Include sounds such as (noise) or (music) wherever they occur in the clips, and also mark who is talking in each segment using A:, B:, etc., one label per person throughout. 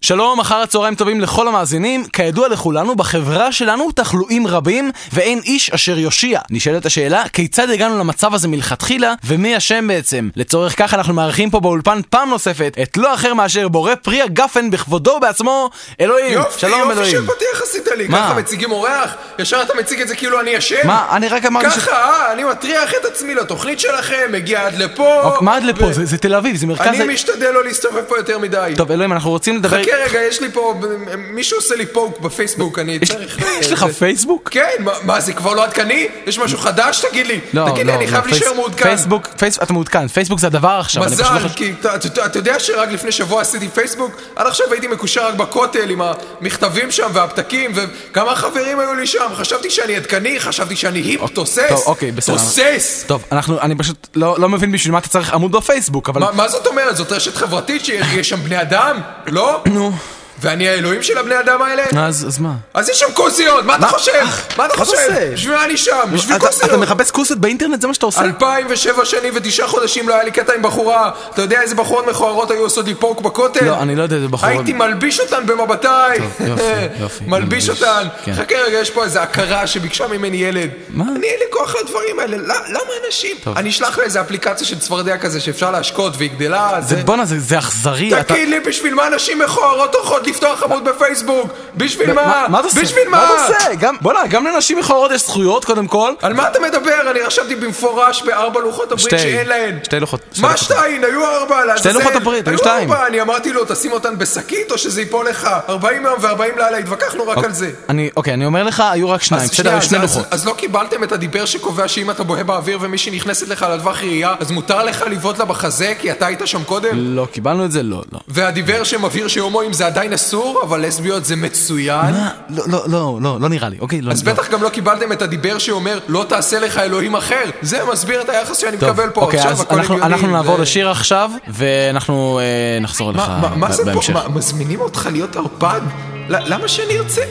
A: שלום, אחר הצהריים טובים לכל המאזינים. כידוע לכולנו, בחברה שלנו תחלואים רבים, ואין איש אשר יושיע. נשאלת השאלה, כיצד הגענו למצב הזה מלכתחילה, ומי אשם בעצם? לצורך כך אנחנו מארחים פה באולפן פעם נוספת, את לא אחר מאשר בורא פרי הגפן בכבודו ובעצמו, אלוהים.
B: יופי,
A: שלום,
B: יופי
A: אלוהים.
B: שפתיח עשית לי.
A: מה?
B: ככה מציגים אורח? ישר אתה מציג את זה כאילו אני אשם?
A: מה, אני רק אמרתי ש...
B: ככה, אה, אני מטריח את עצמי לתוכנית שלכם, מגיע עד לפה.
A: אוק, אוקיי, מה עד לפה?
B: לא, ו-
A: זה- זה תל אביב, זה מרכז... ה-
B: אני משתדל לא להסתובב פה יותר מדי.
A: טוב, אלוהים, אנחנו רוצים לדבר...
B: חכה רגע, יש לי פה... מישהו עושה לי פוק בפייסבוק, אני צריך...
A: (laughs) יש לך
B: זה-
A: פייסבוק?
B: כן, מה- מה זה כבר לא עדכני? יש משהו חדש? תגיד לי.
A: לא,
B: תגיד לי, אני חייב
A: פייס-
B: להישאר מעודכן.
A: פייסבוק, פייסבוק, אתה מעודכן, פייסבוק זה הדבר עכשיו. אני פשוט לא
B: מזל,
A: חושב-
B: כי אתה- אתה אתה יודע שרק לפני שבוע עשיתי פייסבוק? עד עכשיו הייתי מקושר רק בכותל עם המכתבים שם והפתקים וכמה חברים היו לי שם. חשבתי שאני עדכני, חשבתי שאני היפ, תוסס.
A: טוב, אוקיי, בסדר.
B: תוסס!
A: טוב, אנחנו, אני פשוט לא, לא מבין בשביל מה אתה צריך עמוד בפייסבוק, אבל...
B: מה- מה זאת אומרת? זאת רשת חברתית שיש שם בני אדם? לא?
A: נו,
B: ואני האלוהים של הבני אדם האלה?
A: אז, אז מה?
B: אז יש שם כוסיות, מה אתה חושב? מה אתה
A: מה אתה
B: חושב?
A: עושה? לא,
B: בשביל מה אני שם? בשביל
A: אתה, אתה
B: כוסיות.
A: מחפש כוסות באינטרנט, זה מה שאתה עושה?
B: אלפיים שנים ותשעה חודשים לא היה לי קטע עם בחורה. אתה יודע איזה בחורות מכוערות היו עושות לי פורק בכותל?
A: לא, אני לא יודע איזה בחורות.
B: הייתי מלביש אותן במבטיי.
A: טוב,
B: (laughs)
A: יופי, יופי,
B: מלביש
A: מלביש,
B: אותן.
A: כן.
B: חכה רגע, יש פה איזה הכרה שביקשה ממני ילד.
A: מה?
B: אני אין לי כוח לדברים האלה, ל- למה אנשים? אני אשלח לאיזה אפליקציה של צפרדע כזה שאפשר להשקות והיא גדלה. זה-
A: זה, בואנה, זה, זה אכזרי, אתה...
B: תגיד לי, בשביל מה נשים מכוערות הולכות לפתוח עמוד בפייסבוק? בשביל מה?
A: מה אתה עושה?
B: בשביל
A: מה
B: מה?
A: אתה עושה? גם, בואנה, גם לנשים מכוערות יש זכויות, קודם כל.
B: על מה אתה מדבר? אני רשמתי במפורש בארבע לוחות הברית
A: שתי.
B: שאין להן.
A: שתי לוחות- שתי
B: מה
A: לוחות.
B: שתיים? היו ארבע, לעזאזל.
A: לוחות הברית, היו שתיים.
B: היו ארבע, אני אמרתי לו, תשים אותן בשקית או שזה ייפול לך. ארבעים יום וארבעים לילה, התווכחנו רק על זה.
A: אני, אוקיי, אני אומר לך, היו רק שניים,
B: אז
A: בסדר, היו
B: אז-
A: שני
B: אז-
A: לוחות.
B: אז לא קיבלתם את הדיבר שקובע שאם אתה בוהה באוויר ומישהי נכנסת לך לטווח ראייה, אז מותר לך לבעוט לה בחזה כי אתה היית שם קודם?
A: לא, קיבלנו את זה? לא, לא.
B: והדיבר שמבהיר שהומואים זה עדיין אסור, אבל לסביות זה מצוין.
A: מה? לא, לא, לא, לא, לא נראה לי, אוקיי, לא...
B: אז
A: לא.
B: בטח גם לא קיבלתם את הדיבר שאומר לא תעשה לך אלוהים אחר. זה מסביר את היחס שאני מקבל פה
A: אוקיי,
B: עכשיו,
A: אז
B: הכל
A: אנחנו,
B: הגיוני.
A: אנחנו נעבור
B: ו-
A: לשיר עכשיו, ואנחנו אה, נחזור אליך
B: מה- מה- מה
A: ב-
B: זה פה?
A: בהמשך.
B: מה, מזמינים אותך להיות ערפד? ל- למה שאני ארצה?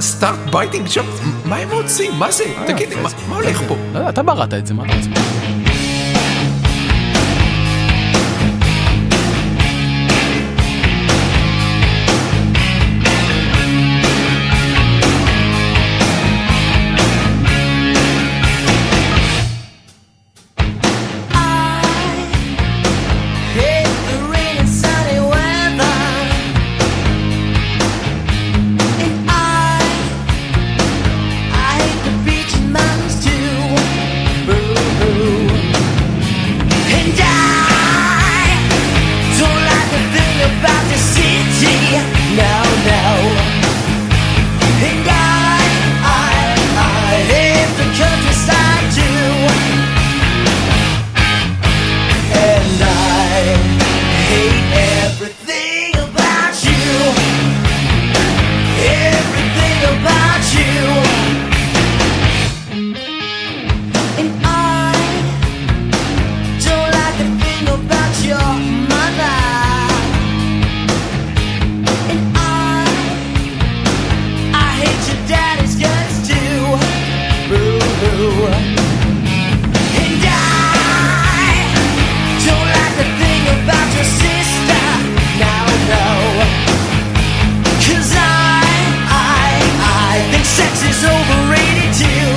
B: סטארט בייטינג שם? מה הם רוצים? מה זה?
A: אה,
B: תגיד, לי, מה מה הולך פה?
A: לא יודע, אתה בראת את זה, מה אתה רוצה?
C: No, no. And I, I, I hate the countryside too. And I hate everything about you. Everything about you. And I don't like a thing about your mother. And I, I hate your daddy's guts too. Boo hoo. And I. Don't like the thing about your sister. No, no. 'Cause I, I, I think sex is overrated too.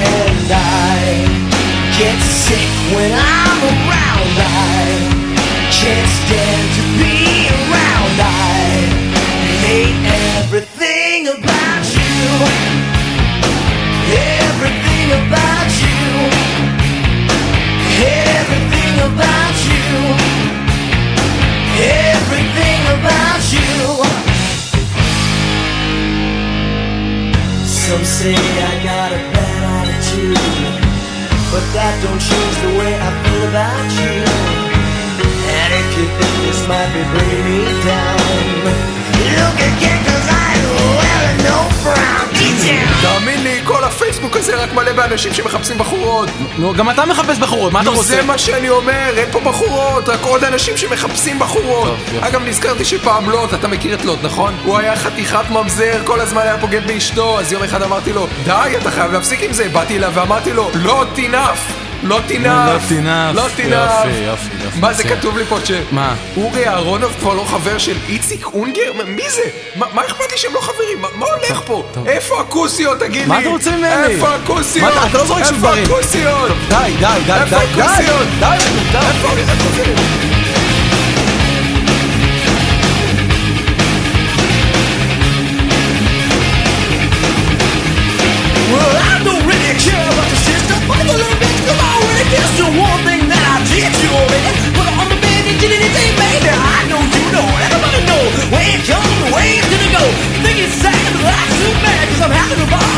C: And I get sick when I'm around. I can't stand to be around. I hate everything about you. Everything about you. Everything about you. Everything about you. Some say I got a bad attitude, but that don't change the way I feel about you. And if you think this might be bringing me down, look again, cause I well no frown. Get down.
B: תאמין לי, כל הפייסבוק הזה רק מלא באנשים שמחפשים בחורות.
A: נו, גם אתה מחפש בחורות, מה אתה
B: נו,
A: רוצה?
B: זה מה שאני אומר, אין פה בחורות, רק עוד אנשים שמחפשים בחורות.
A: טוב, יופי.
B: אגב, נזכרתי שפעם לוט, אתה מכיר את לוט, נכון? הוא היה חתיכת ממזר, כל הזמן היה בוגד באשתו, אז יום אחד אמרתי לו, די, אתה חייב להפסיק עם זה. באתי אליו ואמרתי לו, לוט, תינף. Not enough.
A: Not enough.
B: Not enough.
A: יופי, יופי, יופי.
B: מה זה
A: בסדר.
B: כתוב לי פה ש...
A: מה?
B: אורי אהרונוב כבר לא חבר של איציק אונגר? מה- מי זה? מה מה אכפת לי שהם לא חברים? מה- מה הולך פה?
A: טוב.
B: איפה הכוסיות, תגיד לי?
A: מה אתה רוצה ממני?
B: איפה הכוסיות?
A: מה אתה- אתה לא זורק שום דברים.
B: איפה הכוסיות?
A: די, די, די, די,
B: איפה
A: די,
B: הכוסיות?
A: די, די.
B: איפה- איפה זה?
C: Well, I don't really care about your sister, but the little bitch, come on with it. It's the one thing that I did you already. Put her on the bed and did anything, baby. I know you know, and everybody know. Way it comes, way it's gonna go. Think it's sad, but I'm too bad, cause I'm having a ball. (laughs)